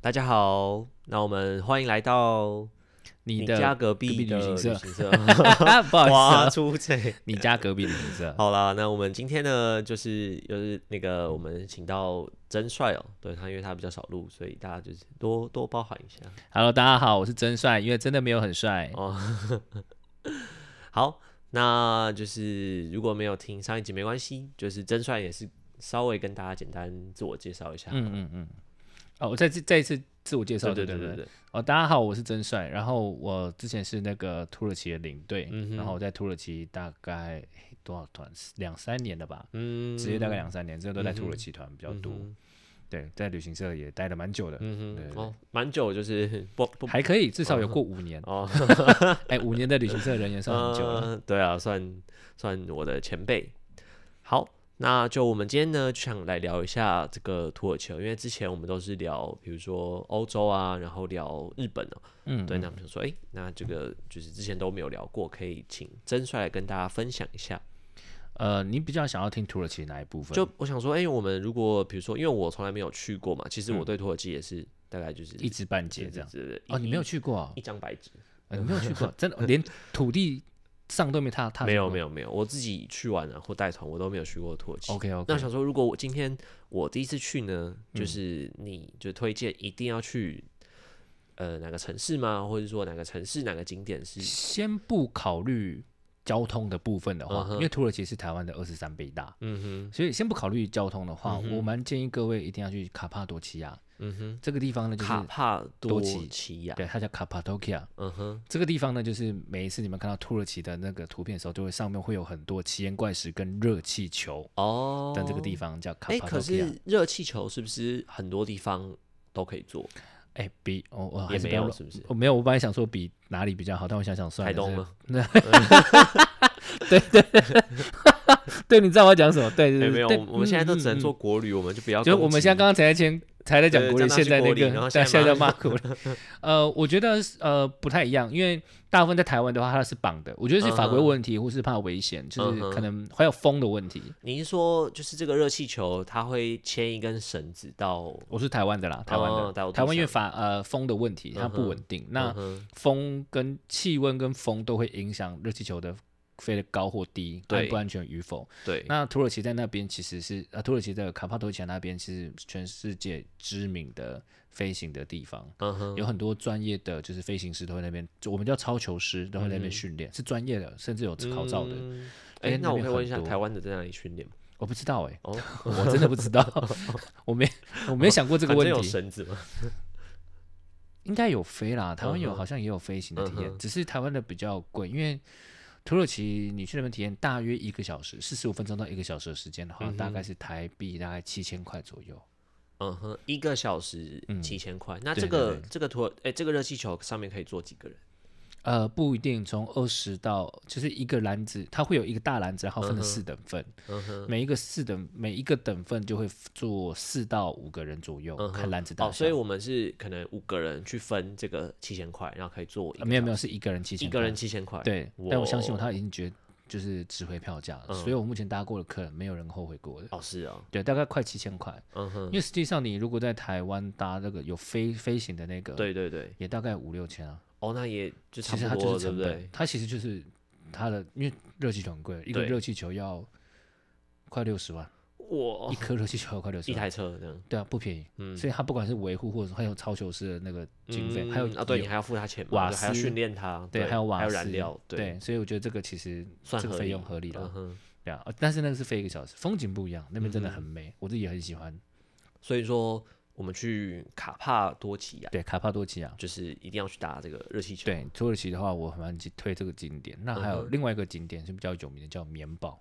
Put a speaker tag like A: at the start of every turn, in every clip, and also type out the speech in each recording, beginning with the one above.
A: 大家好，那我们欢迎来到
B: 你的
A: 家隔壁的
B: 旅行社
A: 旅行社，
B: 不
A: 哇，
B: 好意思、啊，
A: 出这。
B: 你家隔壁的名字啊，
A: 好啦，那我们今天呢，就是就是那个我们请到真帅哦，对他，因为他比较少录，所以大家就是多多包涵一下
B: Hello，大家好，我是真帅，因为真的没有很帅。
A: 哦。 好，那就是如果没有听上一集没关系，就是真帅也是稍微跟大家简单自我介绍一下。
B: 嗯嗯嗯。哦，我再次再一次自我介绍，
A: 对对
B: 对
A: 对
B: 对
A: 对对，
B: 哦，大家好，我是真帅。然后我之前是那个土耳其的领队，
A: 嗯哼
B: 然后我在土耳其大概诶多少团？两三年了吧，
A: 嗯，
B: 职业大概两三年，之后都在土
A: 嗯哼
B: 耳其团比较多。
A: 嗯
B: 对，在旅行社也待了蛮久的，
A: 哼嗯
B: 对对
A: 哼，
B: 对
A: 哦，蛮久，就是不不
B: 还可以，至少有过五年。
A: 哦，
B: 哎、五年的旅行社人员算很久了。
A: 呃对啊，算算我的前辈。好，那就我们今天呢，就想来聊一下这个土耳其哦，因为之前我们都是聊，比如说欧洲啊，然后聊日本哦。
B: 嗯，
A: 对，那我们想说，哎、那这个就是之前都没有聊过，可以请真帅来跟大家分享一下。
B: 呃，你比较想要听土耳其哪一部分？
A: 就我想说，哎、我们如果比如说，因为我从来没有去过嘛，其实我对土耳其也是大概就是
B: 嗯一知半解
A: 对
B: 这样。
A: 对对对
B: 哦，你没有
A: 一
B: 去过啊
A: 一？张白纸。
B: 呃你没有去过， 真的连土地上都没踏踏。
A: 没有没
B: 有。
A: 有没有，我自己去玩啊或带团，我都没有去过土耳其。
B: OK 嗯
A: 那
B: OK，
A: 想说，如果我今天我第一次去呢，就是你就推荐一定要去呃哪个城市吗？或者说哪个城市哪个景点是？
B: 先不考虑交通的部分的
A: 嗯
B: 话，
A: 哼
B: 因为土耳其是台湾的二十三倍大，
A: 嗯哼，
B: 所以先不考虑交通的话
A: 嗯，哼
B: 我蛮建议各位一定要去卡帕多奇亚
A: 嗯哼，
B: 这个地方呢，就是
A: 卡帕多
B: 多奇
A: 奇亚。
B: 对，它叫卡帕多奇亚。
A: 嗯哼，
B: 这个地方呢，就是每一次你们看到土耳其的那个图片的时候，就会上面会有很多奇岩怪石跟热气球，
A: 哦，
B: 但这个地方叫卡
A: 哎，
B: 帕
A: 可
B: 多奇亚。
A: 是热气球是不是很多地方都可以做？
B: 哎，比哦，我还
A: 也
B: 是
A: 没
B: 不要
A: 有，
B: 乱
A: 是不是？
B: 我没有，我本来想说比哪里比较好，但我想想算
A: 台
B: 了，
A: 东
B: 是
A: 吗？
B: 对，你知道我要讲什么？对，
A: 哎
B: 对
A: 没有，
B: 呃对
A: 我们现在都只能。
B: 嗯嗯
A: 做国旅，我们就不要攻
B: 嗯
A: 击。
B: 就我们现在刚刚才在前才在讲
A: 对
B: 国
A: 讲
B: 旅，
A: 到
B: 现
A: 去
B: 在那
A: 国旅然后
B: 个
A: 现
B: 但 现
A: 在
B: 在骂国旅。呃，我觉得是呃不太一样，因为大部分在台湾的话，它是绑的，我觉得是法规
A: 嗯哼
B: 问题，或是怕危险，就
A: 嗯
B: 是
A: 哼
B: 可能还有风的问题。
A: 你是说，就是这个热气球，它会牵一根绳子到
B: 我是台湾的啦，台湾
A: 哦在我地
B: 的台湾因为
A: 上
B: 法呃风的问题，它
A: 嗯
B: 不
A: 哼
B: 稳定，那
A: 嗯哼
B: 风跟气温跟风都会影响热气球的飞得高或低，安
A: 对
B: 不安全与否。
A: 对，
B: 那土耳其在那边其实是呃，土耳其的卡帕多奇亚那边是全世界知名的飞行的地方，
A: 嗯哼，
B: 有很多专业的就是飞行师都会那边，我们叫超球师都会
A: 嗯
B: 那
A: 哼
B: 边训练，是专业的，甚至有考照的。
A: 嗯
B: 而
A: 哎、
B: 且
A: 那
B: 那
A: 我
B: 边
A: 可以问
B: 很
A: 一下，
B: 多
A: 台湾的在哪里训练吗？
B: 我不知道哎、
A: 哦，
B: 我真的不知道， 我没我没想过这个
A: 反正
B: 问
A: 有
B: 题，
A: 绳子吗？
B: 应该有飞啦，台湾
A: 嗯
B: 有
A: 哼
B: 好像也有飞行的体
A: 嗯
B: 验，
A: 哼
B: 只是台湾的比较贵，因为。土耳其，你去那边体验大约一个小时，四十五分钟到一个小时的时间的话，
A: 嗯哼
B: 大概是台币大概七千块左右。
A: 嗯哼， 一个小时
B: 嗯
A: 七千块。那
B: 对
A: 这
B: 对
A: 个
B: 对
A: 这个图，哎、这个热气球上面可以坐几个人？
B: 呃，不一定，从二十到就是一个篮子，它会有一个大篮子，然后分成四等份，
A: 嗯哼，
B: 每一个四等每一个等份就会做四到五个人左右，
A: 嗯哼
B: 看篮子大小。
A: 哦，所以我们是可能五个人去分这个七千块，然后可以坐一
B: 呃
A: 个
B: 没有
A: 小
B: 没有
A: 时
B: 是一个人七千，
A: 一个人七千块。，
B: 对，但我相信我
A: 哇哦
B: 他已经觉就是值回票价了，
A: 嗯
B: 所以我目前搭过的客人没有人后悔过的。
A: 哦是哦，
B: 对，大概快七千块，
A: 嗯哼
B: 因，为实际上你如果在台湾搭那个有飞飞行的那个，，
A: 对对对，
B: 也大概五六千啊。
A: 哦那也就差不
B: 其实它
A: 多
B: 就
A: 了，
B: 是
A: 对
B: 成
A: 不
B: 本，
A: 对？
B: 它其实就是它的，因为热气球很贵，一个
A: 对
B: 热气球要快六十万，
A: 哇
B: 一，颗热气球要快六
A: 哦一
B: 十万，
A: 台车这样，
B: 对啊，不便宜。
A: 嗯，
B: 所以它不管是维护，或者是还有超球师的那个经费，还有
A: 嗯啊，对
B: 油
A: 你还要付他钱嘛，
B: 瓦
A: 对还要
B: 斯
A: 训练他，
B: 对还有瓦
A: 还有燃
B: 斯
A: 料，
B: 对，所以我觉得这个其实
A: 算
B: 这个
A: 合
B: 费
A: 理
B: 用合理
A: 嗯
B: 了，
A: 哼，
B: 对啊。但是那个是飞一个小时，风景不一样，那边真
A: 嗯
B: 的
A: 哼
B: 很美，我自己也很喜欢。
A: 所以说我们去卡帕多奇亚，
B: 对，卡帕多奇亚，
A: 就是一定要去打这个热气球。，
B: 对土耳其的话，我很蛮推这个景点。那
A: 嗯
B: 还有
A: 哼
B: 另外一个景点是比较有名的，叫棉堡。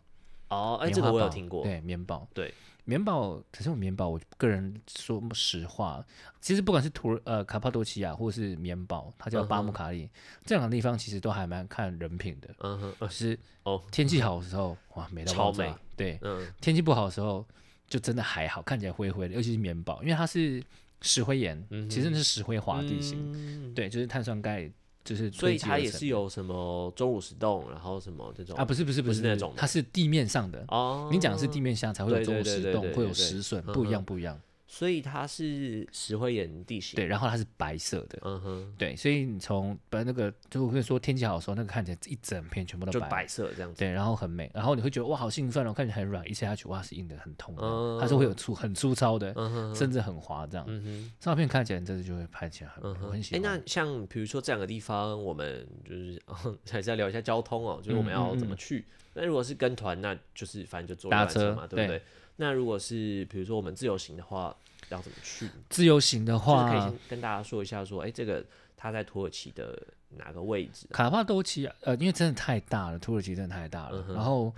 A: 哦，哎，
B: 棉
A: 这个
B: 花
A: 我有
B: 堡
A: 听过。
B: 对，棉堡，
A: 对，
B: 棉堡。可是我棉堡，我个人说实话，其实不管是土耳呃卡帕多奇亚，或是棉堡，它叫巴
A: 嗯
B: 姆
A: 哼
B: 卡利，这两个地方其实都还蛮看人品的。
A: 嗯哼，呃
B: 就是
A: 哦，
B: 天气好的时候，哇，美到
A: 超
B: 爆炸
A: 美。
B: 对，
A: 嗯
B: 天气不好的时候，就真的还好，看起来灰灰的，尤其是棉堡，因为它是石灰岩，
A: 嗯
B: 其实那是石灰滑地形。
A: 形，
B: 对，就是碳酸钙，就是
A: 嗯所以
B: 堆积
A: 它
B: 而
A: 也
B: 成
A: 是有什么钟乳石洞，然后什么这种
B: 啊，不是不是
A: 不
B: 不
A: 是
B: 是
A: 那种的
B: 它是地面上的。
A: 哦，
B: 你讲的是地面下才会有
A: 对
B: 钟
A: 对
B: 乳
A: 对
B: 石
A: 对
B: 洞
A: 对，
B: 会有
A: 对对
B: 石笋，
A: 嗯
B: 不一样不一样。
A: 所以它是石灰岩地形。
B: 对，，然后它是白色的，
A: 嗯哼，
B: 对，所以你从把那个就会说天气好的时候，那个看起来一整片全部
A: 就
B: 都
A: 白色这样子。
B: 对，然后很美，然后你会觉得哇，好兴奋哦，看起来很软，一切下去哇是硬的，很痛的，
A: 嗯
B: 它是会有粗很粗糙的，
A: 嗯哼，
B: 甚至很滑这样。
A: 嗯哼。
B: 照片看起来真的就会拍起来很美，
A: 嗯
B: 我
A: 哼，
B: 很
A: 哎、
B: 喜欢。
A: 那像比如说这两个地方，我们就是 哦还是要聊一下交通哦，就是我们
B: 嗯
A: 要
B: 嗯
A: 怎么去。那如果是跟团，那就是反正就坐游
B: 搭
A: 览车
B: 车
A: 嘛，对
B: 对
A: 不对？那如果是比如说我们自由行的话，要怎么去？
B: 自由行的
A: 就是可以
B: 话，
A: 先跟大家说一下说哎、这个它在土耳其的哪个位置？啊
B: 卡帕多奇亚，呃，因为真的太大了，土耳其真的太大了。
A: 嗯哼
B: 然后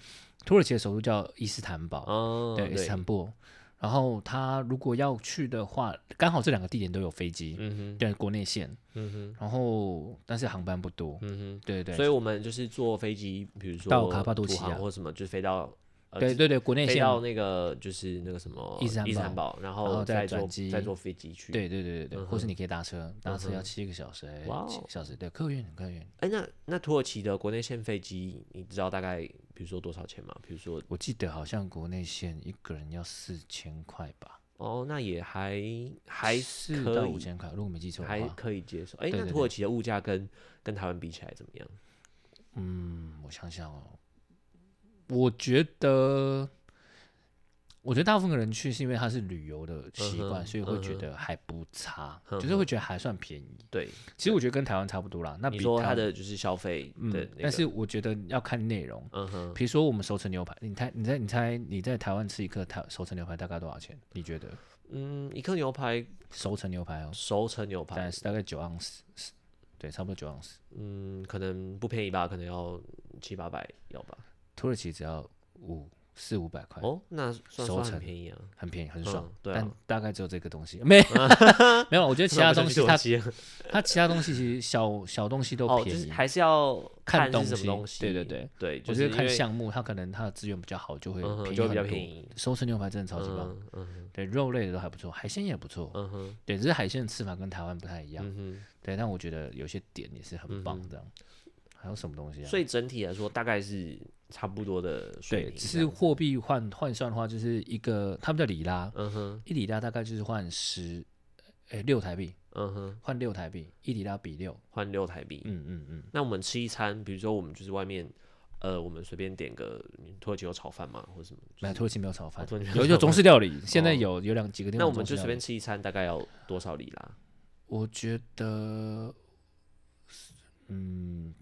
B: 土耳其的首都叫伊斯坦堡，
A: 哦，
B: 对，伊斯坦布尔。然后它如果要去的话，刚好这两个地点都有飞机，
A: 嗯哼，
B: 对，国内线。
A: 嗯哼，
B: 然后但是航班不多，
A: 嗯
B: 对对
A: 哼，
B: 对，
A: 所以我们就是坐飞机，比如说
B: 到卡帕多奇
A: 土航
B: 亚
A: 或什么，就飞到呃
B: 对对对，国内
A: 飞
B: 线
A: 到那个就是那个什么
B: 伊斯坦堡
A: 坦堡，然
B: 然
A: 后
B: 后再
A: 再坐
B: 转机
A: 再坐飞机去。，
B: 对对对对对，或是你可以搭车，搭车
A: 嗯
B: 要
A: 哼
B: 七个小时，哎
A: 哇哦
B: 七个小时，对，客运客运，
A: 哎，那那土耳其的国内线飞机，你知道大概比如说多少钱吗？比如说
B: 我记得好像国内线一个人要四千块吧，
A: 哦，那也还还
B: 四
A: 可
B: 到
A: 以
B: 五千块，如果没记错的
A: 还
B: 话，
A: 可以接受。哎，
B: 对
A: 那
B: 对
A: 土耳其的物价跟跟台湾比起来怎么样？
B: 嗯，我想想哦，我觉得。我觉得大部分人去是因为他是旅游的习
A: 嗯
B: 惯，
A: 哼
B: 所以会
A: 嗯
B: 觉
A: 哼
B: 得还不差，
A: 嗯
B: 就是会觉得还算便宜。
A: 对，
B: 其实我觉得跟台湾差不多啦，那
A: 你
B: 比
A: 说
B: 它
A: 它的就是消费
B: 嗯
A: 的那
B: 但
A: 个，
B: 是我觉得要看内容，
A: 嗯哼，
B: 比如说我们熟成牛排，你猜，你猜，你猜，你在台湾吃一颗台熟成牛排大概多少钱？你觉得
A: 嗯，一颗牛排
B: 熟成牛排哦，
A: 熟成牛
B: 大概
A: 排，
B: 是大概九盎司，对，差不多九盎司。
A: 嗯，可能不便宜吧，可能要七八百，要吧？
B: 土耳其只要五四五百块，
A: 哦，那算算
B: 熟
A: 很
B: 成
A: 便宜啊。
B: 很便宜，很爽。
A: 对啊
B: 但大概只有这个东西， 没 没有。我觉得其他东西它
A: 它
B: 它其他东西其实小小东西都
A: 哦，就
B: 便
A: 是
B: 宜，
A: 还是要
B: 看
A: 是
B: 东
A: 什么
B: 西
A: 东西。
B: 对对对，
A: 对，就
B: 我
A: 是
B: 觉
A: 因
B: 得看
A: 为
B: 项目，它可能它的资源比较好，就会
A: 嗯
B: 便
A: 哼
B: 宜
A: 就会比较
B: 很多
A: 便宜
B: 熟成牛排真的超级棒，
A: 嗯嗯哼
B: 对，肉类的都还不错，海鲜也不错，
A: 嗯哼
B: 对，只是海鲜的吃法跟台湾不太一样。
A: 嗯哼，
B: 对，但我觉得有些点也是很棒，这样。还有什么东西啊？
A: 所
B: 以
A: 以整体来说大概是差不多的水
B: 对，
A: 平
B: 只
A: 这
B: 是
A: 样。
B: 货币换换算的话，就是一个他们叫里拉，
A: 嗯哼
B: 一里拉大概就是换十，诶六台币，
A: 嗯哼，
B: 换六台币，一里拉比六。
A: 换六台币。
B: 嗯嗯嗯，
A: 那我们吃一餐，比如说我们就是外面，呃，我们随便点个土耳其有炒饭嘛，或者什么。
B: 没有土耳其没有炒饭
A: 哦土耳其，没有
B: 有有中式料理，现在有有两几个地方
A: 哦那
B: 有啊
A: 我
B: 中
A: 们
B: 式
A: 就
B: 料
A: 随
B: 理。
A: 便吃一餐，大概要多少里拉？
B: 我觉得，嗯，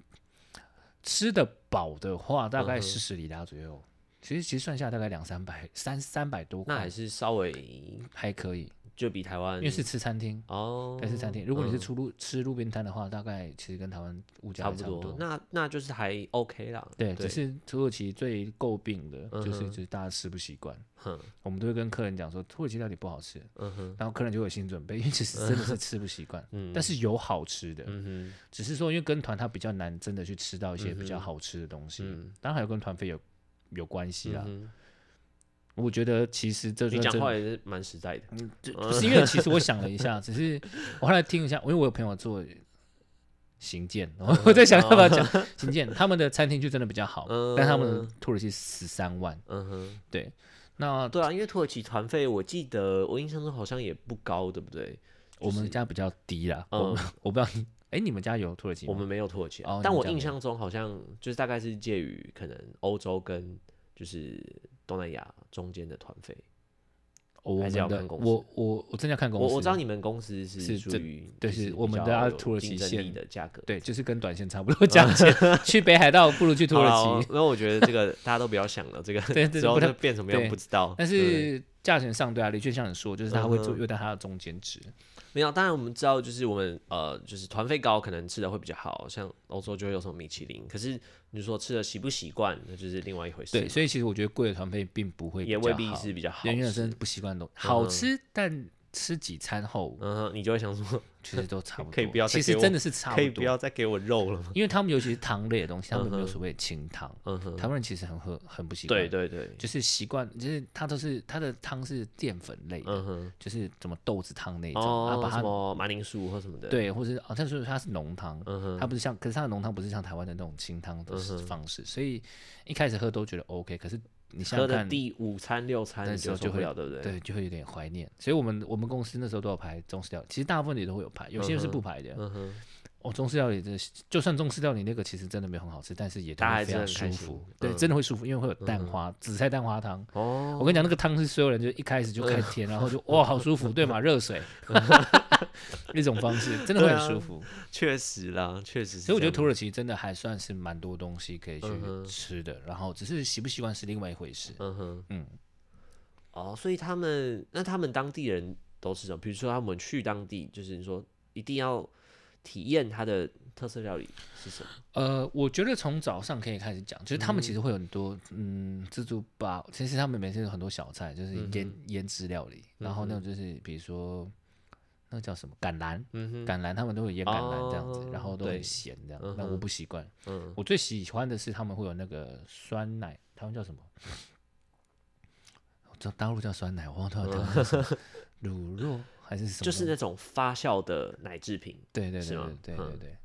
B: 吃的饱的话，大
A: 嗯
B: 概
A: 哼
B: 四十里拉左右。其实其实算下来大概两三百，三三百多
A: 那
B: 块
A: 还是稍微
B: 还可以。
A: 就比台湾，
B: 因为是吃餐厅，
A: 哦，
B: 对，是餐厅。如果你是
A: 嗯
B: 出路吃路边摊的话，大概其实跟台湾物价
A: 差
B: 也
A: 不
B: 差不
A: 多
B: 多，。
A: 那那就是还 OK 啦。
B: 对，
A: 对
B: 只是土耳其最诟病的就是
A: 嗯哼
B: 就是大家吃不习惯，
A: 哼，
B: 我们都会跟客人讲说土耳其料理不好吃，
A: 嗯哼，
B: 然后客人就有心理准备，因为其实真的是吃不习惯。
A: 嗯，
B: 但是有好吃的，
A: 嗯哼，
B: 只是说因为跟团他比较难真的去吃到一些比较
A: 嗯哼
B: 好吃的东西，
A: 嗯
B: 当然还有跟团费有有关系啦。
A: 嗯
B: 我觉得其实啊这
A: 哼你
B: 算
A: 讲
B: 真的
A: 话嗯也是蛮实在的。
B: 就不是因为其实我想了一下， 只是我后来听一下，因为我有朋友做行健，
A: 嗯
B: 我 我在想要不要讲
A: 哦
B: 行健，他们的餐厅就真的比较好，但他们的土耳其十三万，
A: 嗯哼，
B: 对，那
A: 对啊，因为土耳其团费，我记得我印象中好像也不高，对不对？
B: 我们家比较低啦，
A: 嗯
B: 我们我不知道你，哎，你们家有土耳其
A: 我
B: 吗？
A: 们没有土耳其啊
B: 哦，
A: 但
B: 你
A: 我
B: 讲
A: 印
B: 没有
A: 象中好像就是大概是介于可能欧洲跟就是东南亚中间的团费。
B: 我哦我
A: 还
B: 们
A: 是要
B: 的
A: 看公司
B: 我我我真的要看公
A: 我
B: 司，
A: 我知道你们公司是
B: 是
A: 属
B: 这
A: 于
B: 对
A: 就是比
B: 我们
A: 较
B: 的啊
A: 有
B: 土耳
A: 竞
B: 其
A: 争力
B: 线
A: 的价格。
B: 对，就是跟短线差不多 价钱，去北海道不如去土
A: 嗯好
B: 耳
A: 啦
B: 其，
A: 那我觉得这个大家都不要想了，这个
B: 对对
A: 之后
B: 不太
A: 就变什么样
B: 对
A: 不知道。
B: 但
A: 对不对
B: 是价钱上对啊，的确像你说，就是他会
A: 嗯
B: 做
A: 哼
B: 又在他的中间值，
A: 没有，当然我们知道，就是我们呃，就是团费高，可能吃的会比较好，像欧洲就会有什么米其林。可是你说吃的习不习惯，那就是另外一回事。
B: 对，所以其实我觉得贵的团费并不会
A: 也
B: 比较
A: 未必
B: 好
A: 是比较好
B: 人员
A: 吃。
B: 真的不习惯东好吃，但吃几餐后
A: 嗯哼，你就会想说，
B: 其实都差不多。
A: 可以不要再
B: 其实
A: 给我
B: 真的是差
A: 可以
B: 不
A: 不
B: 多，
A: 要再给我肉了吗？
B: 因为他们尤其是糖类的东西，他们没
A: 嗯
B: 有
A: 哼
B: 所谓的清汤，
A: 嗯哼，
B: 台湾人其实很喝很不习惯。
A: 对，对对，
B: 就是习惯，就是它都是它的汤是淀粉类的，
A: 嗯哼，
B: 就是什么豆子汤那种，然后
A: 哦
B: 把，
A: 什
B: 它
A: 么马铃薯或什么的，，
B: 呃对，或者是啊，但是它是浓汤。
A: 嗯哼，
B: 它不是像，可是它的浓汤不是像台湾的那种清汤的
A: 嗯哼
B: 方式，所以一开始喝都觉得 OK，可是你想
A: 喝
B: 想
A: 的
B: 看，
A: 第五餐六餐
B: 那
A: 你
B: 时候
A: 受
B: 就
A: 不
B: 会
A: 了，对不对？
B: 对，就会有点怀念。所以我们我们公司那时候都有排中式料理，其实大部分也都会有排，有些是不排的。
A: 嗯哼，
B: 哦，中式料理真的是，就算中式料理那个其实真的没有很好吃，但是也都
A: 大家还
B: 会
A: 是
B: 非常
A: 很开
B: 舒
A: 心
B: 服
A: 嗯，
B: 对，真的会舒服，因为会有蛋
A: 嗯
B: 花、紫菜蛋花汤。
A: 哦，
B: 我跟你讲，那个汤是所有人就一开始就开 始添，
A: 呃
B: 然后就哇，好舒服，对嘛？热水， 一种方式真的会很舒服。
A: 确实啦，确啊实是这样。
B: 所以我觉得土耳其真的还算是蛮多东西可以去
A: 嗯哼
B: 吃的，然后只是习不习惯是另外一回事。
A: 嗯哼，
B: 嗯，
A: 哦，所以他们那他们当地人都是什么？比如说他们去当地，就是你说一定要体验它的特色料理是什么？
B: 呃，我觉得从早上可以开始讲，就是他们其实会有很多嗯自助吧，其实他们每天有很多小菜，就是
A: 嗯
B: 腌、腌制料理，然后那种就是比如说那个叫什么橄榄，
A: 嗯哼，
B: 橄榄他们都会腌橄榄这样子，然后都
A: 对
B: 很咸这样，那、我不习惯。
A: 嗯，
B: 我最喜欢的是他们会有那个酸奶，他们叫什么？我知道大陆叫酸奶，我忘了他们叫什么， 乳酪还是什么东西？
A: 嗯就是那种发酵的奶制品。
B: 对对
A: 是
B: 对
A: 吗
B: 对对
A: 嗯
B: 对对，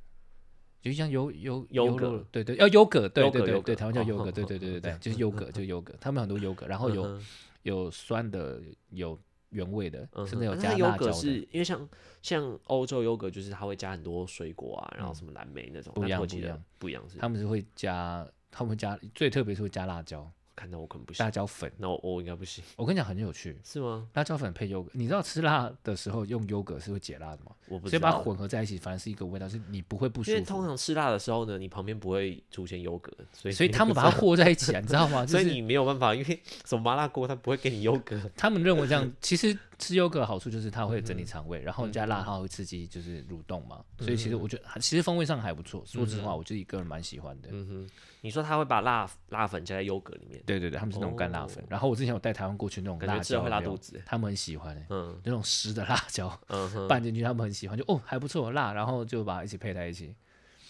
B: 就像优优
A: 优
B: 优
A: 格
B: 酪，对对，要优格，对
A: 优
B: 对
A: 格优
B: 对
A: 格
B: 对，台湾叫
A: 哦
B: 优
A: 哦
B: 格，对
A: 哦
B: 对对
A: 哦 这
B: 对对，
A: 样
B: 就是优格，就是优格，他们很多优格，然后哦
A: 嗯
B: 有有酸的，有原味的，
A: 嗯
B: 甚
A: 哼，
B: 至有
A: 啊
B: 加
A: 那优
B: 辣
A: 格
B: 椒
A: 是
B: 的，
A: 因为像像欧洲优格就是它会加很多水果啊，然后什么蓝莓那种，
B: 嗯不一
A: 那
B: 样
A: 土耳
B: 不
A: 其
B: 一
A: 的
B: 样，
A: 不一样是。
B: 他们是会加，他们会加最特别是会加辣椒，
A: 看到我可能不行
B: 辣，椒粉。
A: 那我我应该不行，
B: 我跟你讲很有趣，
A: 是吗？
B: 辣椒粉配优格，你知道吃辣的时候用优格是会解辣的吗？
A: 我不
B: 所
A: 知
B: 以把它
A: 道。
B: 混合在一起，反而是一个味道，是你不会不
A: 因为
B: 舒
A: 通
B: 服。
A: 常吃辣的时候呢，你旁边不会出现优格，所以
B: 所以
A: 你
B: 他们
A: 不
B: 把
A: 知
B: 它和在一起啊，你知道吗？
A: 道，
B: 就
A: 所以
B: 是
A: 你没有办法，因为什么麻辣锅它不会给你优格。
B: 他们认为 这样，其实吃优格的好处就是它会整
A: 嗯
B: 理肠胃，然后加辣它会刺激就是蠕动嘛，所以其实我觉得其实风味上还不错。说实话，我自己个人蛮喜欢的。
A: 嗯哼，你说他会把辣辣粉加在优格里面，
B: 对对对，他们是那种干辣粉，然后我之前有带台湾过去那种
A: 感
B: 辣
A: 觉哦吃了
B: 椒，
A: 会拉
B: 有没有
A: 肚子。
B: 他们很喜欢欸
A: 嗯
B: 那种湿的辣椒
A: 嗯哼，
B: 拌进去，他们很喜欢，就哦还不错辣，然后就把它一起配在一起，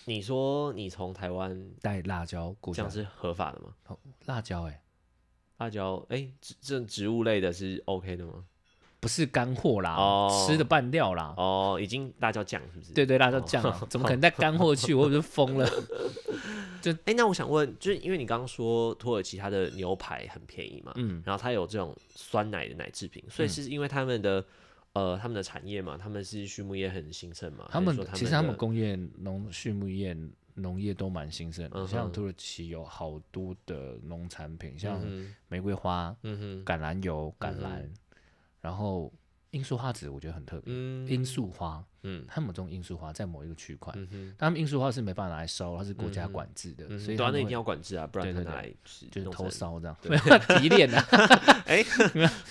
A: 你说你从台湾
B: 带辣椒过
A: 这
B: 去
A: 样，是合法的吗？
B: 辣椒哎，
A: 辣椒，哎、植这植物类的是 OK 的吗？
B: 不是干货啦
A: 哦，
B: 吃的拌料啦，
A: 哦，已经辣椒酱是不是？
B: 对对辣椒酱啊，怎么可能带干货去？我不是 疯了？
A: 哎、那我想问，就是因为你刚刚说土耳其它的牛排很便宜嘛，
B: 嗯，
A: 然后它有这种酸奶的奶制品，所以是因为他们的、呃他们的产业嘛，他们是畜牧业很兴盛嘛，
B: 他
A: 还是
B: 们
A: 说他
B: 其实他们
A: 的
B: 工业、农畜牧业、农业都蛮兴盛的，
A: 嗯哼
B: 像土耳其有好多的农产品，像
A: 嗯
B: 玫瑰花、
A: 哼嗯哼
B: 橄榄油、橄
A: 嗯
B: 榄，然后罂粟花籽，我觉得很特别。
A: 嗯
B: 罂粟花，
A: 嗯
B: 他们有种罂粟花在某一个区块，
A: 嗯哼，
B: 但他们罂粟花是没办法拿来烧，它是国家
A: 嗯哼
B: 管制的，
A: 嗯
B: 所以
A: 对啊，
B: 他
A: 那
B: 们
A: 一定
B: 会
A: 要管制啊，不然
B: 对
A: 他
B: 对
A: 拿
B: 对
A: 来是
B: 就是
A: 弄成
B: 偷
A: 啊
B: 烧这样，
A: 对
B: 没有 提炼啊，
A: 哎，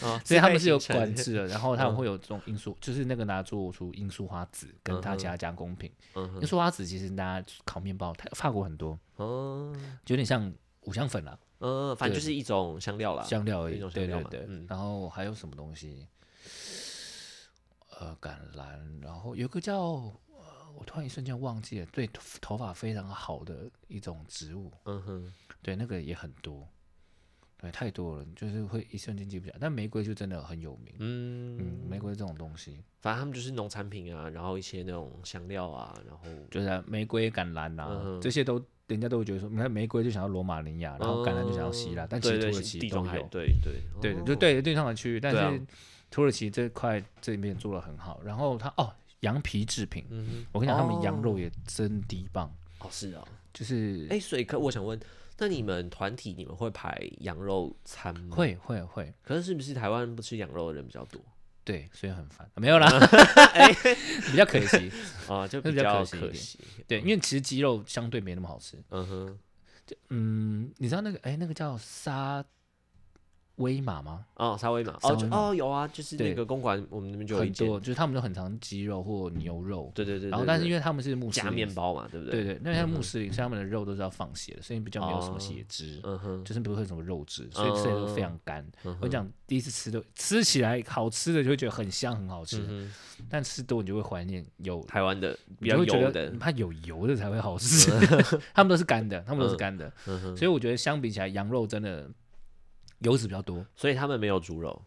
A: 哦
B: 所以
A: 自
B: 他
A: 费
B: 们是有
A: 形成
B: 管制的。然后他
A: 嗯
B: 们会有这种罂粟，就是那个拿来做出罂粟花籽跟它
A: 嗯哼
B: 其他加工品。
A: 嗯哼
B: 罂粟花籽其实拿来烤面包，它法国很多，
A: 哦
B: 就有点像五香粉啦，
A: 嗯，反正
B: 对
A: 就是一种香料啦，
B: 香料而
A: 一
B: 已。
A: 种香
B: 对
A: 料
B: 对
A: 嘛
B: 对，
A: 嗯
B: 然后还有什么东西？呃，橄榄，然后有一个叫、呃我突然一瞬间忘记了，对头头发非常好的一种植物，
A: 嗯哼，
B: 对那个也很多，对太多了，就是会一瞬间记不起来。但玫瑰就真的很有名，
A: 嗯，
B: 嗯，玫瑰这种东西，
A: 反正他们就是农产品啊，然后一些那种香料啊，然后
B: 就是、啊、玫瑰、橄榄
A: 嗯
B: 啊，
A: 哼
B: 这些都人家都会觉得说，你看玫瑰就想要罗马尼亚，然后橄榄就想要希腊，
A: 嗯
B: 但其实
A: 对对
B: 土耳其
A: 地
B: 都
A: 中海，
B: 有。
A: 对对
B: 对的，
A: 哦
B: 就对对上海区域，但
A: 对啊
B: 是土耳其这块这里面做的很好。然后它哦，羊皮制品，
A: 嗯
B: 我跟你讲，他们
A: 哦
B: 羊肉也真低棒，
A: 哼，哦是哦，
B: 就是
A: 哎，所以可我想问，那你们团体你们会排羊肉餐吗？，
B: 会会会，
A: 可是是不是台湾不吃羊肉的人比较多
B: 对，所以很烦，没有啦，
A: 嗯 哎
B: 比较可 惜，
A: 啊？就
B: 那
A: 比
B: 比较
A: 较可
B: 可惜一点
A: 惜，
B: 对，因为其实鸡肉相对没那么好吃。
A: 嗯哼，
B: 嗯，你知道那个哎，那个叫沙威玛吗？
A: 哦沙威玛，
B: 沙
A: 哦
B: 威
A: 就
B: 玛
A: 哦有啊，就是那
B: 对
A: 个公馆我们那边就有一
B: 很
A: 间，
B: 多，就是他们都很常鸡肉或牛肉，
A: 对对对，
B: 然后但是因
A: 为
B: 为他们是穆斯
A: 加
B: 林
A: 面，包嘛，对不
B: 对
A: 对？
B: 对，那像穆斯林，所以他们的肉都是要放血的，所以比较没有什
A: 哦
B: 么血汁。
A: 嗯哼，
B: 就是不会有什么肉质，所以吃起来都非常干。
A: 嗯
B: 我讲第一次吃都吃起来好吃的就会觉得很香很好吃，
A: 嗯
B: 但吃多你就会怀念有
A: 台湾的比
B: 你
A: 较
B: 就会觉
A: 油
B: 得嗯
A: 的，
B: 它有油的才会好吃， 他们都是干的，他们都是干的，
A: 嗯哼，
B: 所以我觉得相比起来羊肉真的油脂比较多，
A: 所以他们没有猪肉，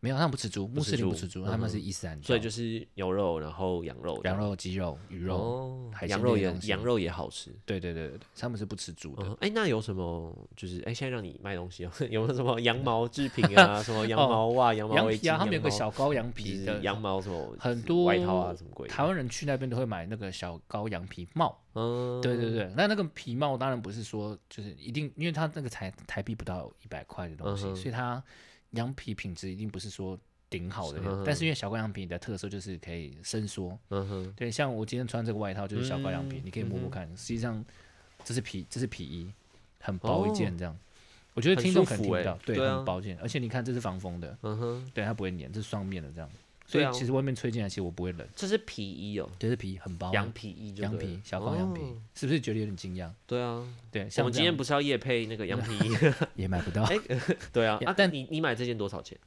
B: 没有，他们不吃猪，穆斯林不
A: 不
B: 吃猪，
A: 吃猪
B: 他们是
A: 嗯哼
B: 伊斯兰教，
A: 所以就是牛肉，然后羊肉这样，
B: 啊羊肉、鸡肉、鱼肉，
A: 哦
B: 海鲜
A: 羊肉
B: 类的
A: 也
B: 东西
A: 羊肉也好吃。
B: 对对对对，对他们是不吃猪的。
A: 嗯，哎、那有什么？就是哎、现在让你卖东西哦， 有没有什么羊毛制品啊？什么羊
B: 哦
A: 毛袜、羊毛
B: 羊
A: 围
B: 皮
A: 巾？
B: 啊，他们有个
A: 羊毛
B: 小羔 羊
A: 就是
B: 皮的，
A: 哦羊毛什么
B: 很
A: 就是
B: 多
A: 外套啊，什么鬼的？
B: 台湾人去那边都会买那个小羔羊皮帽。
A: 嗯，
B: 对对对，那那个皮帽当然不是说就是一定，因为它那个台台币不到一百块的东西，
A: 嗯哼
B: 所以它羊皮品质一定不是说顶好的。
A: 嗯哼
B: 但是因为小羔羊皮的特色就是可以伸缩，
A: 嗯哼，
B: 对，像我今天穿这个外套就是小羔羊皮，
A: 嗯
B: 你可以摸摸
A: 嗯哼
B: 看，实际上这是皮，这是皮衣，很薄一件
A: 哦
B: 这样。我觉得
A: 很
B: 听众
A: 舒
B: 可
A: 服
B: 能听
A: 欸
B: 不到，对，
A: 对啊
B: 很薄一件，而且你看这是防风的，
A: 嗯哼，
B: 对，它不会粘，这是双面的这样。所
A: 对
B: 以
A: 啊
B: 其实外面吹进来，其实我不会冷，
A: 这是皮衣哦，
B: 就是皮很薄，
A: 羊皮衣就
B: 羊
A: 对了
B: 皮小羔羊皮
A: 哦，
B: 是不是觉得有点惊讶？
A: 对啊，
B: 对，像
A: 我们
B: 这
A: 今天
B: 样
A: 不是要夜配那个羊皮 衣？
B: 也买不到，
A: 哎，对啊，
B: 呀
A: 啊，
B: 但
A: 但你你买这件多少钱？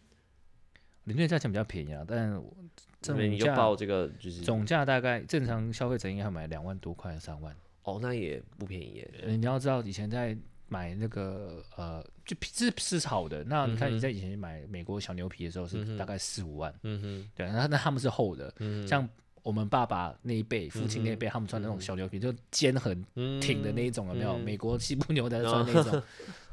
B: 零件价钱比较便宜啊，但我
A: 这
B: 总
A: 边你就
B: 价
A: 报这个就是
B: 总价大概正常消费者应该要买两万多块三万。
A: 哦，那也不便宜耶。
B: 呃，你要知道以前在买那个呃，就皮是是好的，那你看你在以前买美国小牛皮的时候是大概四五万，
A: 嗯哼，
B: 对，那那他们是厚的，
A: 嗯
B: 像。我们爸爸那一辈、父亲那一
A: 嗯
B: 辈，他们穿的那种小牛皮，就肩很挺的那一种，有没有？
A: 嗯
B: 美国西部牛仔穿那种，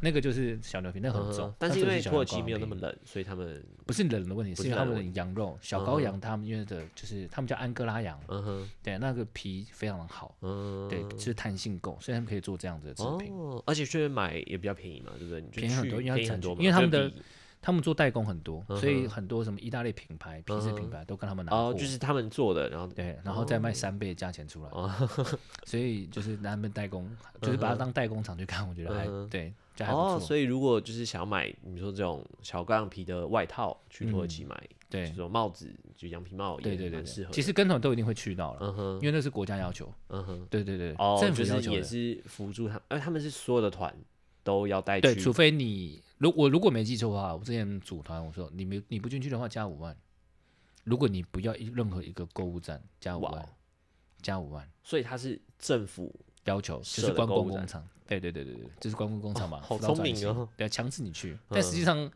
B: 那个就是小牛皮，那很重
A: 嗯。但是因
B: 那真的
A: 为
B: 小
A: 土耳
B: 羊
A: 其
B: 羔
A: 没有那
B: 皮
A: 么冷，所以他们
B: 不是冷的问题，
A: 不
B: 是
A: 是
B: 因为他
A: 冷的
B: 们
A: 问
B: 的羊肉小羔羊，他们因为的就是他们叫安哥拉羊，
A: 嗯哼
B: 对，那个皮非常的好，
A: 嗯
B: 对，就是弹性够，所以他们可以做这样子的制品。
A: 哦，而且去买也比较便宜嘛，对不对？你就
B: 便宜很多
A: 去
B: 因为它
A: 便宜很
B: 产
A: 多
B: 区
A: 嘛，
B: 因为他们
A: 就
B: 的
A: 比
B: 他们做代工很多，所
A: 嗯
B: 以
A: 哼嗯
B: 很多什么意大利品牌、皮质品牌都跟他们拿货
A: 哦，，就是他们做的，然后
B: 对，然后再
A: 哦
B: 卖三倍的价钱出来， 所以就是拿他们代工，就是把它当代工厂去看，我觉得还
A: 嗯哼
B: 对，这还
A: 哦，
B: 不错。
A: 所以如果就是想要买你说这种小羔羊皮的外套，去土耳
B: 嗯
A: 其买，
B: 对
A: 这种帽子就羊皮帽
B: 对
A: 也
B: 对对
A: 蛮适
B: 对，
A: 合的。
B: 其实跟团都一定会去到了，
A: 嗯哼，
B: 因为那是国家要求。
A: 嗯哼，
B: 对对对，
A: 哦，
B: 政府
A: 就
B: 要
A: 是
B: 求
A: 也
B: 的。
A: 是辅助他，哎，他们是所有的团都要带
B: 对，
A: 去
B: 除非你如我如果没记错的话，我之前组团我说你没你不进去的话加五万，如果你不要一任何一个购物站加五
A: 哇
B: 万
A: 哦，
B: 加五万
A: 所以他是政府
B: 要求就
A: 设
B: 是
A: 的
B: 观
A: 购物
B: 光工
A: 站
B: 厂，对对对对对，就是观光工厂嘛，
A: 好
B: 辅导
A: 聪
B: 转
A: 明
B: 型
A: 哦，
B: 对啊，强制你去，但实际上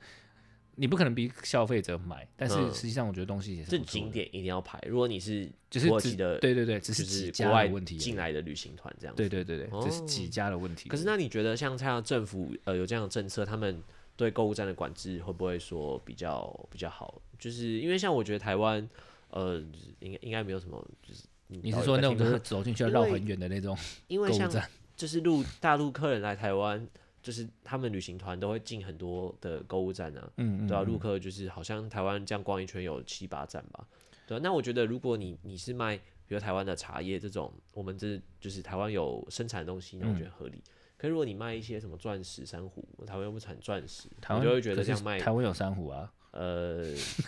B: 你不可能逼消费者买，但是
A: 嗯
B: 实际上我觉得东西也是
A: 这
B: 不错
A: 景
B: 的，
A: 点一定要排。如果你是
B: 就是
A: 土耳
B: 只
A: 其的，
B: 对对对，只
A: 就是
B: 几
A: 是
B: 家
A: 国外
B: 的问题而已，
A: 进来的旅行团这样子。
B: 对对对对，只是几
A: 哦
B: 家的问题而已。
A: 可是那你觉得像这样政府呃有这样的政策，他们对购物站的管制会不会说比较比较好？就是因为像我觉得台湾呃应该应该没有什么，就是
B: 你
A: 到底
B: 是说
A: 在
B: 那种
A: 听
B: 就
A: 吗
B: 是走进去要
A: 因
B: 绕
A: 为
B: 很远的那种
A: 因为
B: 购物
A: 像
B: 站？
A: 就是陆大陆客人来台湾，就是他们旅行团都会进很多的购物站啊，
B: 嗯嗯，
A: 对啊，陆客就是好像台湾这样逛一圈有七八站吧，对啊、那我觉得如果你你是卖比如台湾的茶叶这种，我们这就是台湾有生产的东西，那我
B: 嗯
A: 觉得合理。可是如果你卖一些什么钻石、珊瑚，台湾又不产钻石，
B: 台
A: 我
B: 湾
A: 就会觉得
B: 可
A: 这
B: 是
A: 样卖
B: 台湾有珊瑚啊，
A: 呃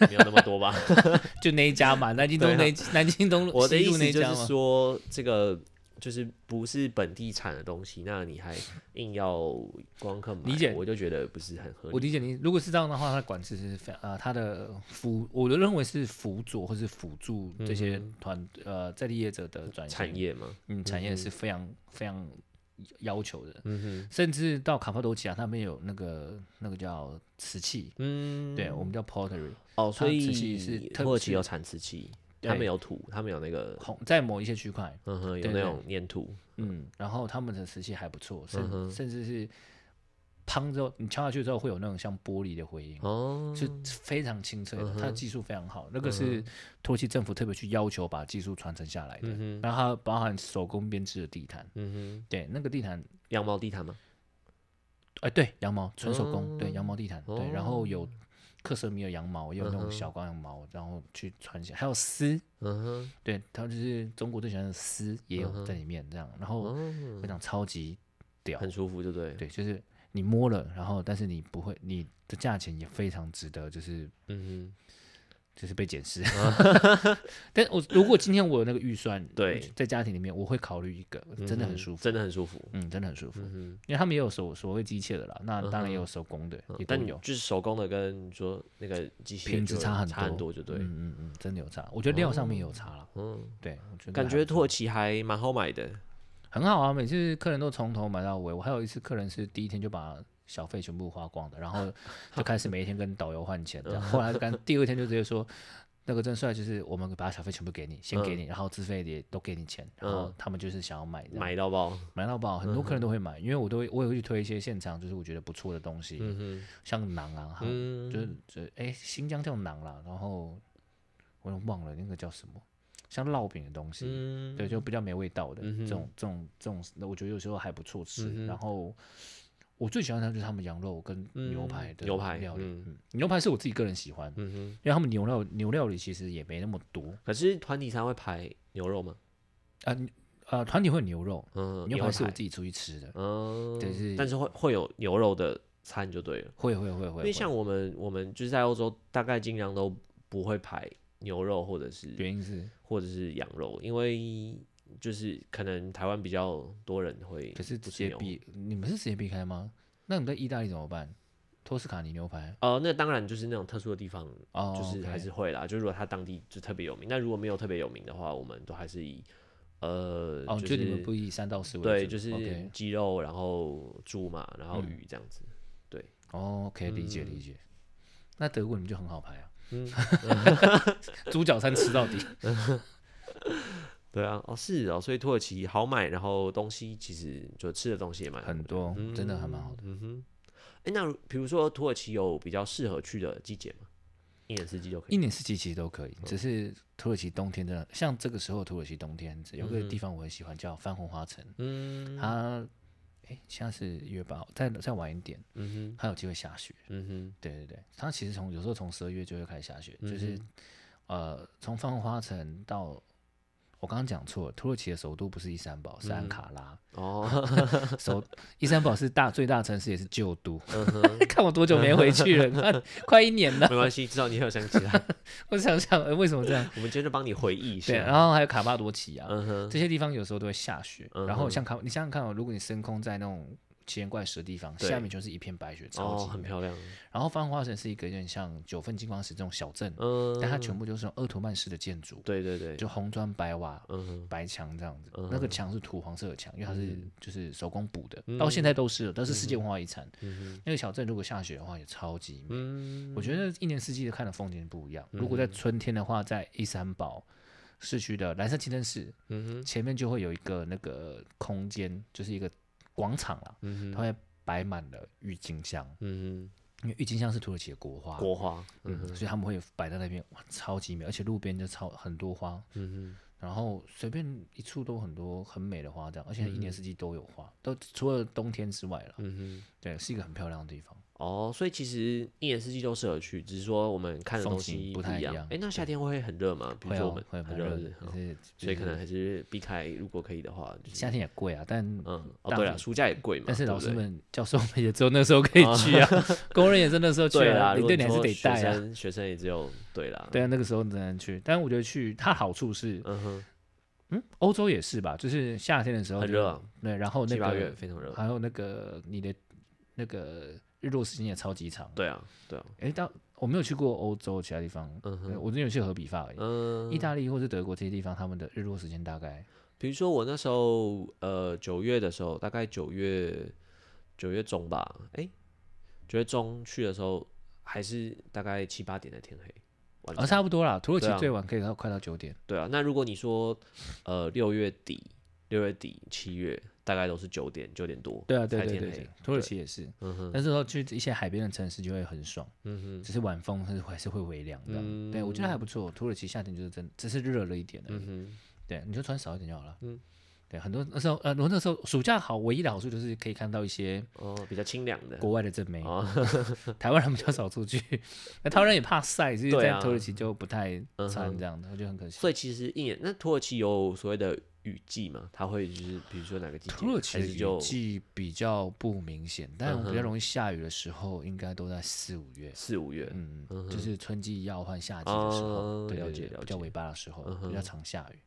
A: 没有那么多吧。
B: 就那一 家嘛，南京东那一南京 东
A: 啊我的
B: 西
A: 意
B: 路那
A: 思
B: 一
A: 就
B: 家
A: 是
B: 嘛。
A: 说，这个就是不是本地产的东西，那你还硬要光客买，
B: 理解
A: 我就觉得不是很合
B: 我
A: 理。
B: 理解你，如果是这样的话，它管制是非呃，它的辅，我认为是辅佐或是辅助这些团、呃在地业者的转
A: 嗯
B: 型
A: 产，业嘛，
B: 嗯，产业是非常、非常要求的，
A: 嗯
B: 甚至到卡帕多奇亚那边有那个那个叫瓷器，
A: 哼，嗯，
B: 对我们叫 pottery，
A: 哦，所
B: 瓷器是
A: 以
B: 特
A: 土耳其
B: 是
A: 有产瓷器，
B: 对
A: 他们有土，他们有那个，
B: 红在某一些区块，
A: 嗯哼，有
B: 对
A: 那
B: 对
A: 种粘土，
B: 嗯，然后他们的瓷器还不错，甚、
A: 嗯哼
B: 甚至是砰之后，你敲下去之后会有那种像玻璃的回音，
A: 哦，
B: 是非常清脆的
A: 嗯，哼嗯
B: 它的技术非常好。那个是土耳其政府特别去要求把技术传承下来的
A: 嗯，哼，
B: 然后它包含手工编织的地毯，
A: 嗯
B: 对，那个地毯，
A: 哼，羊毛地毯吗？
B: 哎，对，羊毛纯手工，对，羊毛地毯，
A: 哦
B: 对，然后有克什米尔羊毛，也有那
A: 嗯哼
B: 种小羔羊毛，然后去穿起来，还有丝，
A: 嗯哼，
B: 对，它就是中国最喜欢的丝也
A: 嗯
B: 有
A: 哼
B: 在里面，这样，然后
A: 哦，
B: 非常超级屌，
A: 很舒服，对不对？
B: 对，就是你摸了，然后但是你不会，你的价钱也非常值得，就是
A: 嗯啊
B: 就是被检视。 但我如果今天我有那个预算，
A: 对
B: 我在家庭里面我会考虑一个，
A: 哼，
B: 真
A: 嗯
B: 的很
A: 哼
B: 舒服，
A: 真的很舒服，
B: 嗯，真的很舒服，
A: 嗯
B: 因为他们也有手所谓机械的啦，那当然也
A: 嗯
B: 有手工的，
A: 哼，
B: 也都
A: 但你
B: 有，
A: 就是手工的跟你说那个机器的
B: 品质
A: 就
B: 差很
A: 差很多，
B: 多
A: 就对
B: 嗯，嗯嗯，真的有差，我觉得料上面也有差了，
A: 嗯。
B: 对，我觉得
A: 感
B: 还
A: 觉
B: 不
A: 土耳其还蛮好买的，
B: 很好啊，每次客人都从头买到尾，我还有一次客人是第一天就把小费全部花光的，然后就开始每一天跟导游换钱这样。后来干第二天就直接说，那个郑帅就是我们把小费全部给你，先给你，
A: 嗯
B: 然后自费也都给你钱，然后他们就是想要买这样
A: 买到爆，
B: 买到爆，很多客人都会买，因为我都会我也会去推一些现场，就是我觉得不错的东西，
A: 嗯
B: 像馕啊，
A: 哼，
B: 哈
A: 嗯，
B: 就是这哎新疆叫馕啦，然后我都忘了那个叫什么，像烙饼的东西，
A: 嗯，
B: 对，就比较没味道的、
A: 嗯哼
B: 这种这种这种，那我觉得有时候还不错吃。
A: 嗯哼
B: 然后我最喜欢的就是他们羊肉跟牛排的
A: 嗯牛排
B: 料理，
A: 嗯
B: 嗯牛排是我自己个人喜欢，
A: 嗯哼。
B: 因为他们牛料牛料理其实也没那么多
A: 可是团体餐会排牛肉吗？
B: 啊啊，团体会有牛肉，
A: 嗯，
B: 牛排是我
A: 排
B: 自己出去吃的，
A: 嗯，
B: 对是
A: 但是会会有牛肉的餐就对了，
B: 会会会
A: 因
B: 会
A: 为
B: 会，
A: 像我们我们就是在欧洲，大概尽量都不会排牛肉或者是
B: 原因是，
A: 或者是羊肉，因为就是可能台湾比较多人会
B: 可是
A: 不
B: 直
A: 吃
B: 接
A: 牛。
B: 避，你们是直接避开吗？那你们在意大利怎么办？托斯卡尼牛排
A: 哦，那当然就是那种特殊的地方，
B: 哦，
A: 就是还
B: OK
A: 是会啦。就如果他当地就特别有名，那如果没有特别有名的话，我们都还是以呃，
B: 哦，
A: 就是
B: 就你们不以三到四为主，
A: 对，就是
B: OK
A: 鸡肉，然后猪嘛，然后鱼这样子。
B: 哦，OK，理解理解。那德国你们就很好排啊，
A: 嗯
B: 猪脚餐吃 到底。
A: 对啊，哦是哦，所以土耳其好买，然后东西其实就吃的东西也蛮
B: 很
A: 多
B: 多，
A: 嗯
B: 真的还蛮好的。
A: 嗯哼，哎，那如比如说土耳其有比较适合去的季节吗？一年四季都可以。嗯
B: 一年四季其实都可以，只是土耳其冬天真的，像这个时候土耳其冬天有个地方我很喜欢，叫番红花城。
A: 嗯
B: 它哎，现在是一月八号，再再晚一点，
A: 嗯
B: 它有机会下雪。
A: 哼嗯哼
B: 对对对，它其实从有时候从十二月就会开始下雪，
A: 嗯
B: 就是呃，从番红花城到我刚刚讲错了，土耳其的首都不是伊斯坦堡，是安卡拉。
A: 哦，
B: 首伊斯坦堡是大最大城市，也是旧都。
A: 嗯
B: 看我多久没回去 了，看快一年了。
A: 没关系，至少你有想起 来，
B: 我想想，呃为什么这样？
A: 我们今天就帮你回忆一
B: 对，然
A: 下。
B: 后还有卡巴多奇啊，
A: 啊嗯哼，
B: 这些地方有时候都会下雪。
A: 嗯哼
B: 然后像卡，你想想看哦，如果你升空在那种奇岩怪石的地方，
A: 对
B: 下面就是一片白雪，超
A: 哦，
B: 级
A: 很
B: 美。
A: 漂 亮。
B: 然后番花城是一个有点像九份金光石这种小镇，
A: 嗯，
B: 但它全部都是用鄂图曼式的建筑，
A: 对对对，
B: 就红砖白瓦。
A: 嗯哼
B: 白墙这样子
A: 嗯，
B: 那个墙是土黄色的墙，因为它是就是手工补的，
A: 嗯
B: 到现在都是了，都是世界文化遗产。
A: 嗯
B: 那个小镇如果下雪的话，也超级美。
A: 哼
B: 我觉得一年四季的看的风景不一样。
A: 嗯
B: 如果在春天的话，在伊斯坦堡市区的蓝色清真寺
A: 嗯哼
B: 前面就会有一个那个空间，就是一个广场啦，
A: 嗯
B: 它
A: 哼
B: 会摆满了郁金香，
A: 嗯
B: 因为郁金香是土耳其的国花
A: 哼，，国花。嗯
B: 嗯，所以他们会摆在那边，哇，超级美，而且路边就超很多花，
A: 嗯
B: 然后随便一处都很多很美的花，这样，而且一年四季都有花，都除了冬天之外了
A: 嗯哼，嗯哼。
B: 对，是一个很漂亮的地方。
A: 哦，所以其实一年四季都适合去，只是说我们看的
B: 风
A: 东
B: 景
A: 西
B: 不太
A: 一
B: 一
A: 样
B: 样。
A: 哎，那夏天会很热吗？比如
B: 会
A: 说
B: 哦
A: 我们
B: 会
A: 很
B: 热
A: 热
B: 的，
A: 日，
B: 就
A: 哦
B: 是
A: 所以可
B: 就是
A: 能还是避开，如果可以的话，就是
B: 夏天也贵啊，但
A: 嗯，哦
B: 大
A: 对
B: 部
A: 了，暑假也贵嘛，
B: 但是老师
A: 对不对哦
B: 们、教授们也只有那时候可以去啊，工人也是那时候去
A: 对啦，
B: 啊，
A: 如
B: 你
A: 果
B: 对你还是
A: 说
B: 得
A: 学
B: 带啊。
A: 生学生也只有对啦，
B: 对啊，那个时候只能去，但我觉得去它好处是，
A: 嗯哼，
B: 嗯，欧洲也是吧，就是夏天的时候
A: 很
B: 就
A: 热啊，
B: 对，然后那
A: 七八月
B: 个
A: 非常热，
B: 还有那个你的那个日落时间也超级长。
A: 对啊，对啊，
B: 诶，到我没有去过欧洲其他地方，
A: 嗯
B: 对
A: 哼，
B: 我之前有去荷比法而已，
A: 嗯，
B: 意大利或是德国这些地方，他们的日落时间大概
A: 比如说我那时候呃九月的时候，大概九月九月中吧，哎，九月中去的时候还是大概七八点的天黑，晚
B: 啊
A: 上
B: 差不多啦，土耳
A: 对啊
B: 其最晚可以到快到九点。
A: 对啊，那如果你说呃六月底、六月底、七月，大概都是九点九点多，
B: 对啊，对
A: 才
B: 对
A: 天
B: 对
A: 黑
B: 对，，土耳其也是。
A: 嗯哼，
B: 但是说去一些海边的城市就会很爽，
A: 嗯哼。
B: 只是晚风还是还是会微凉的。
A: 嗯
B: 对我觉得还不错，土耳其夏天就是真只是热了一点的、
A: 嗯哼，
B: 对，你就穿少一点就好了。
A: 嗯
B: 嗯，对，很多那时候呃，我那时候暑假好，唯一的好处就是可以看到一些
A: 哦，比较清凉的。
B: 国外的正妹，
A: 哦，
B: 台湾人比较少出去， 那台湾人也怕晒，所以
A: 对
B: 在
A: 啊
B: 土耳其就不太
A: 嗯
B: 穿
A: 哼
B: 这样的，我觉得很可惜。
A: 所以其实一年，那土耳其有所谓的雨季嘛？它会就是比如说哪个季节？
B: 土耳其
A: 还
B: 的
A: 是就
B: 雨季比较不明显，但
A: 嗯哼
B: 比较容易下雨的时候，应该都在四五月。
A: 四五月。
B: 嗯，
A: 嗯哼
B: 就是春季要换夏季的时候，
A: 哦
B: 对
A: 了
B: 对
A: 解
B: 对，
A: 了
B: 比较
A: 解
B: 尾巴的时候，
A: 嗯哼
B: 比较常下雨。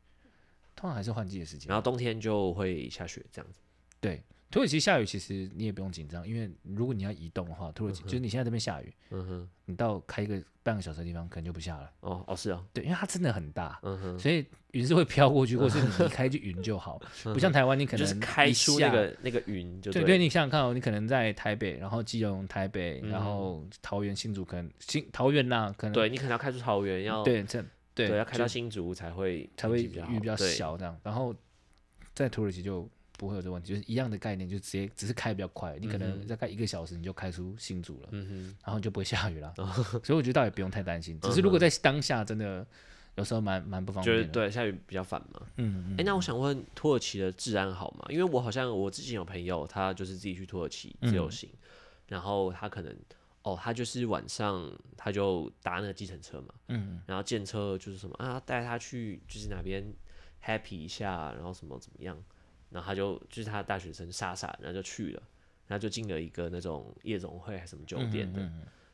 B: 通常还是换季的时间
A: 然，后冬天就会下雪这样子。
B: 对。土耳其下雨其实你也不用紧张，因为如果你要移动的话，土耳其、就是你现在这边下雨，
A: 嗯哼，
B: 你到开一个半个小时的地方可能就不下了。
A: 哦哦是啊，
B: 对，因为它真的很大，
A: 嗯哼，
B: 所以云是会飘过 去，或是你离开就云就好，不像台湾你可能
A: 嗯就是开
B: 一
A: 出那
B: 下
A: 个那个云就
B: 对
A: 了
B: 对，你想想看哦，你可能在台北，然后基隆、台北，
A: 嗯
B: 然后桃园、新竹，可能新桃园呐、可能
A: 对你可能要开出桃园，要
B: 对这对
A: 要开到
B: 就
A: 新竹才会
B: 才会
A: 运气
B: 雨比较
A: 好对
B: 小这样，然后在土耳其就不会有这个问题，就是一样的概念，就直接只是开比较快，你可能大概一个小时你就开出新竹了，
A: 嗯哦
B: 然后就不会下雨了，所以我觉得倒也不用太 担心，只是如果在当下真的有时候蛮蛮不
A: 哼，
B: 方
A: 就是
B: 便的，啊
A: 对下雨比较烦嘛。
B: 嗯
A: 哎、
B: 嗯，
A: 那我想问土耳其的治安好吗？因为我好像我之前有朋友，他就是自己去土耳其自
B: 嗯
A: 由行，然后他可能哦，他就是晚上他就搭那个计程车嘛，
B: 嗯，
A: 然后建车就是什么啊，带他去就是哪边 happy 一下，然后什么怎么样，然后他就就是他的大学生傻傻，然后就去了，然后就进了一个那种夜总会还是什么酒店
B: 嗯
A: 的，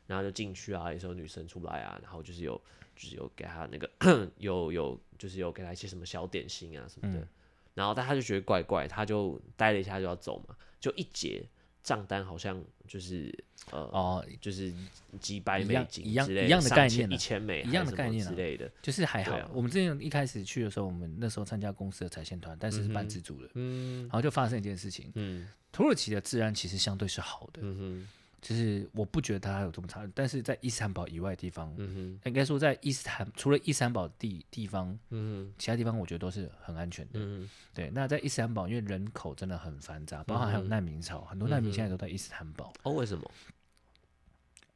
A: 然后就进去啊，也是有女生出来啊，然后就是有就是有给他那个有有就是有给他一些什么小点心啊什么的，
B: 嗯
A: 然后但他就觉得怪怪，他就待了一下就要走嘛，就一结账单好像就是呃
B: 哦，
A: 就是几百
B: 一
A: 美
B: 样
A: 金
B: 一样
A: 之类
B: 一样的
A: 上
B: 概
A: 千
B: 念啊
A: 一千美
B: 一样的
A: 还是什么
B: 概念啊
A: 之类的。
B: 就是还好，
A: 对啊
B: 我们之前一开始去的时候，我们那时候参加公司的财线团，但是是办自助的，
A: 嗯
B: 然后就发生一件事情，
A: 嗯
B: 土耳其的治安其实相对是好的，
A: 嗯
B: 就是我不觉得它有这么差，但是在伊斯坦堡以外的地方，
A: 哼嗯
B: 应该说在伊斯坦除了伊斯坦堡地地方，
A: 哼嗯
B: 其他地方我觉得都是很安全
A: 哼
B: 的。
A: 嗯嗯
B: 对，那在伊斯坦堡，因为人口真的很繁杂，包含还有难民潮，很多难民现在都在伊斯坦堡，
A: 哼，哦，为什么？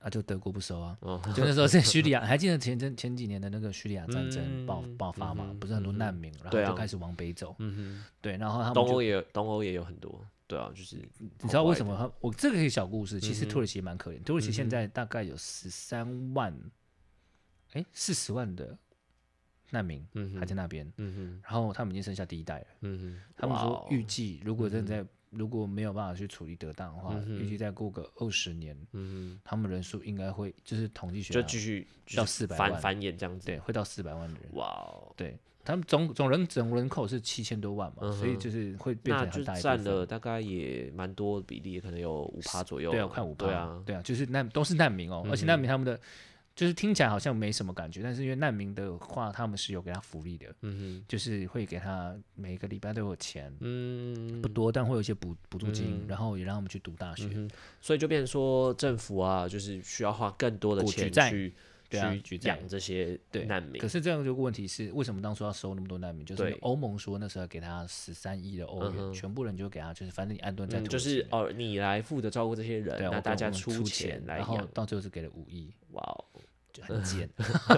B: 啊，就德国不收 啊。
A: 哦，
B: 就那时候在叙利亚，还记得前前前几年的那个叙利亚战争
A: 嗯
B: 爆爆发嘛
A: 嗯？哼
B: 不是很多难民，然后
A: 对啊
B: 就开始往北走。
A: 嗯
B: 对，然后他
A: 哼，
B: 们
A: 东
B: 就
A: 欧也有东欧也有很多，对啊，就是
B: 你知道为什
A: 么？
B: 么他我这个是小故事，其实
A: 嗯哼
B: 土耳其蛮可怜，土耳其
A: 嗯
B: 现
A: 哼
B: 在大概有十三万，哎四十万的难民
A: 嗯
B: 还
A: 哼
B: 在那边，
A: 嗯哼
B: 然后他们已经生下第一代了。
A: 嗯哼，
B: 他们
A: 哇
B: 说
A: 哦
B: 预计如果真的在如果没有办法去处理得当的话，
A: 嗯
B: 预
A: 哼
B: 计再过个二十年，
A: 嗯
B: 他们人数应该会就是统计
A: 哼，
B: 学
A: 就
B: 啊
A: 继续就是
B: 到400
A: 繁
B: 万
A: 繁衍这样子，
B: 对会到四百万人。
A: 哇哦，
B: 对他们总总人总人口是七千多万嘛，
A: 嗯
B: 所以
A: 哼
B: 就是会变
A: 那
B: 成
A: 就
B: 很大一
A: 占
B: 部分。
A: 了大概也蛮多比例，可能有五趴左右啊，
B: 对啊，快五
A: 对
B: 趴
A: 啊，嗯
B: 对啊，就是难都是难民哦，而且难民他们的就是听起来好像没什么感觉，但是因为难民的话，他们是有给他福利的，
A: 嗯哼
B: 就是会给他每个礼拜都有钱，
A: 嗯
B: 不多，但会有一些补补助金，然后也让他们去读大学。
A: 嗯哼，所以就变成说政府啊，就是需要花更多的
B: 补
A: 钱
B: 举债
A: 去
B: 对啊
A: 去
B: 举债
A: 养这些
B: 对
A: 难民
B: 可，是这样这个问题是，为什么当初要收那么多难民？就是因为
A: 对
B: 欧盟说那时候给他十三亿的欧元，
A: 嗯哼
B: 全部人就给他，就是反正你安顿在
A: 嗯，
B: 土
A: 就
B: 耳其
A: 是
B: 嘛
A: 哦，你来负责照顾这些人，
B: 对啊，
A: 那
B: 我
A: 大
B: 跟
A: 家
B: 我们出
A: 钱来
B: 然后
A: 养，
B: 到最后是给了五亿，
A: 哇哦，
B: 就 很贱。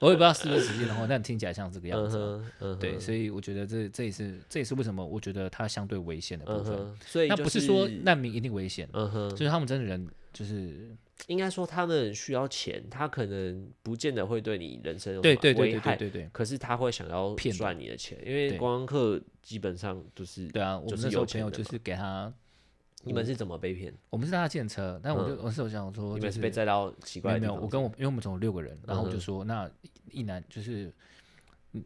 B: 我也不知道是不是实际的话，但听起来像这个样
A: 嗯
B: 子啊。
A: 哼，嗯
B: 对，所以我觉得这这也是这也是为什么我觉得它相对危险的部
A: 嗯
B: 分。
A: 哼，所以
B: 那
A: 就
B: 不是说难民一定危险，
A: 嗯哼，
B: 就是他们真的人就是
A: 应该说他们需要钱，他可能不见得会对你人生有
B: 对
A: 什么
B: 对对
A: 危
B: 对对
A: 害，
B: 对对
A: 可是他会想要
B: 骗你
A: 赚你的钱，因为
B: 对
A: 观光客基本上就是
B: 对啊！我
A: 就
B: 们
A: 是
B: 那时候
A: 有
B: 朋
A: 钱
B: 友
A: 的
B: 就
A: 嘛
B: 是给他，
A: 你们是怎么被骗？
B: 我们是搭他建车，但我就我是有想说
A: 你嗯
B: 就
A: 们是被载到奇
B: 没
A: 怪
B: 有
A: 的
B: 没
A: 地
B: 有，
A: 方？嗯
B: 我跟我因为我们总共有六个人，然后我就说那一男就是。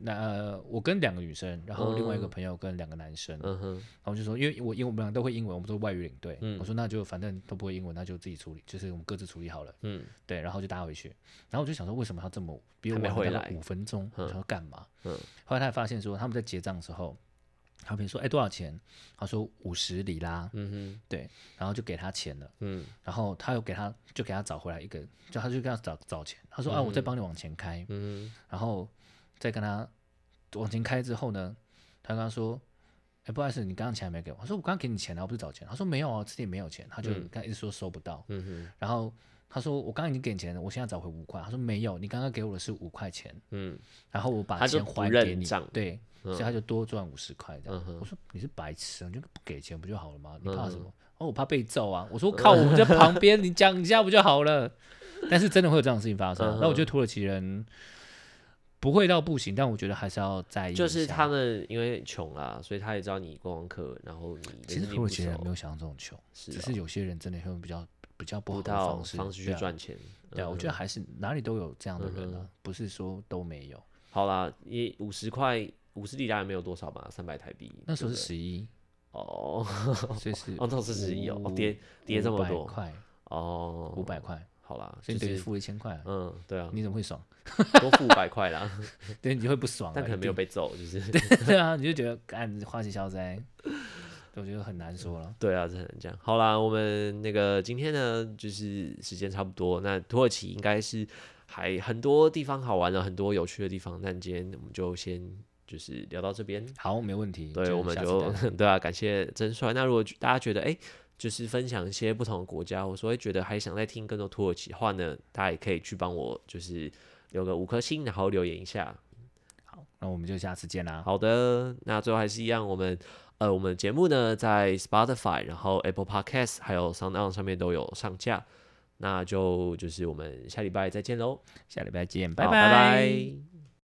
B: 那、呃我跟两个女生，然后另外一个朋友跟两个男生，
A: 嗯哼，
B: 然后就说，因为我因为我们俩都会英文，我们都是外语领队，
A: 嗯
B: 我说那就反正都不会英文，那就自己处理，就是我们各自处理好了。
A: 嗯
B: 对，然后就搭回去。然后我就想说，为什么他这么比我
A: 还没
B: 晚
A: 回
B: 了大
A: 来
B: 概五分钟？我想说干嘛？
A: 嗯
B: 后来他也发现说，他们在结账的时候，他比如说哎多少钱？他说五十里拉，
A: 嗯哼，
B: 对，然后就给他钱了。
A: 嗯
B: 然后他又给他就给他找回来一个，就他就给他找找钱。他说、啊，我再帮你往前开，
A: 嗯
B: 然后再跟他往前开之后呢，他跟他说。哎，不好意思，你刚刚钱还没给我。他说我刚刚给你钱了，我不是找钱。他说没有啊，这里没有钱。他就跟他一直说收不到。
A: 嗯哼，
B: 然后他说我刚刚已经给你钱了，我现在找回五块。他说没有，你刚刚给我的是五块钱，
A: 嗯
B: 然后我把
A: 他就
B: 钱
A: 不
B: 还
A: 认
B: 给你
A: 账，
B: 对，所以他就多赚五十块这
A: 嗯
B: 样。
A: 哼
B: 我说你是白痴啊，你就不给钱不就好了吗？
A: 嗯
B: 你怕什么？哦，我怕被揍啊！我说靠，我在旁边，你讲一下不就好了？ 但是真的会有这样的事情发生啊。
A: 嗯哼
B: 那、我觉得土耳其人不会到不行，但我觉得还是要在意一下。
A: 就是他们因为穷啦，所以他也知道你观光客，然后你
B: 其实
A: 人力
B: 土
A: 不
B: 耳其人
A: 熟
B: 没有想到这种穷，
A: 是
B: 只
A: 啊
B: 是有些人真的会用比较比较
A: 不
B: 不好的
A: 到
B: 式
A: 方式
B: 对
A: 去
B: 啊
A: 赚钱。嗯
B: 对啊，我觉得还是哪里都有这样的人啊，不是说都没有。
A: 好啦，也五十块，五十里拉也没有多少吧，三百台币。
B: 那时候是
A: 对不对
B: 十一，
A: 哦，
B: 所以是
A: 哦，到四十一哦，哦跌跌这么
B: 500
A: 多
B: 块，
A: 哦，
B: 五百块，
A: 好啦，
B: 所以
A: 就
B: 你等于
A: 是
B: 付了一千块啊，
A: 嗯，对啊，
B: 你怎么会爽？
A: 多付五百块啦，
B: 对，你就会不爽啊，
A: 但可能没有
B: 一
A: 被揍，就是
B: 定对啊，你就觉得干花旗消灾，我觉得很难说了。
A: 对啊，只能这样。好啦，我们那个今天呢，就是时间差不多。那土耳其应该是还很多地方好玩的，很多有趣的地方。但今天我们就先就是聊到这边。
B: 好，没问题，
A: 对，我们
B: 下次
A: 就
B: 再
A: 对啊，感谢曾帅。那如果大家觉得哎、就是分享一些不同的国家，我说会觉得还想再听更多土耳其话呢，大家也可以去帮我就是留个五颗星，然后留言一下。
B: 好，那我们就下次见啦。
A: 好的，那最后还是一样，我们呃，我们节目呢在 Spotify、然后 Apple Podcast 还有 Sound On 上面都有上架。那就就是我们下礼拜再见喽，
B: 下礼拜见，
A: 好
B: 拜
A: 拜拜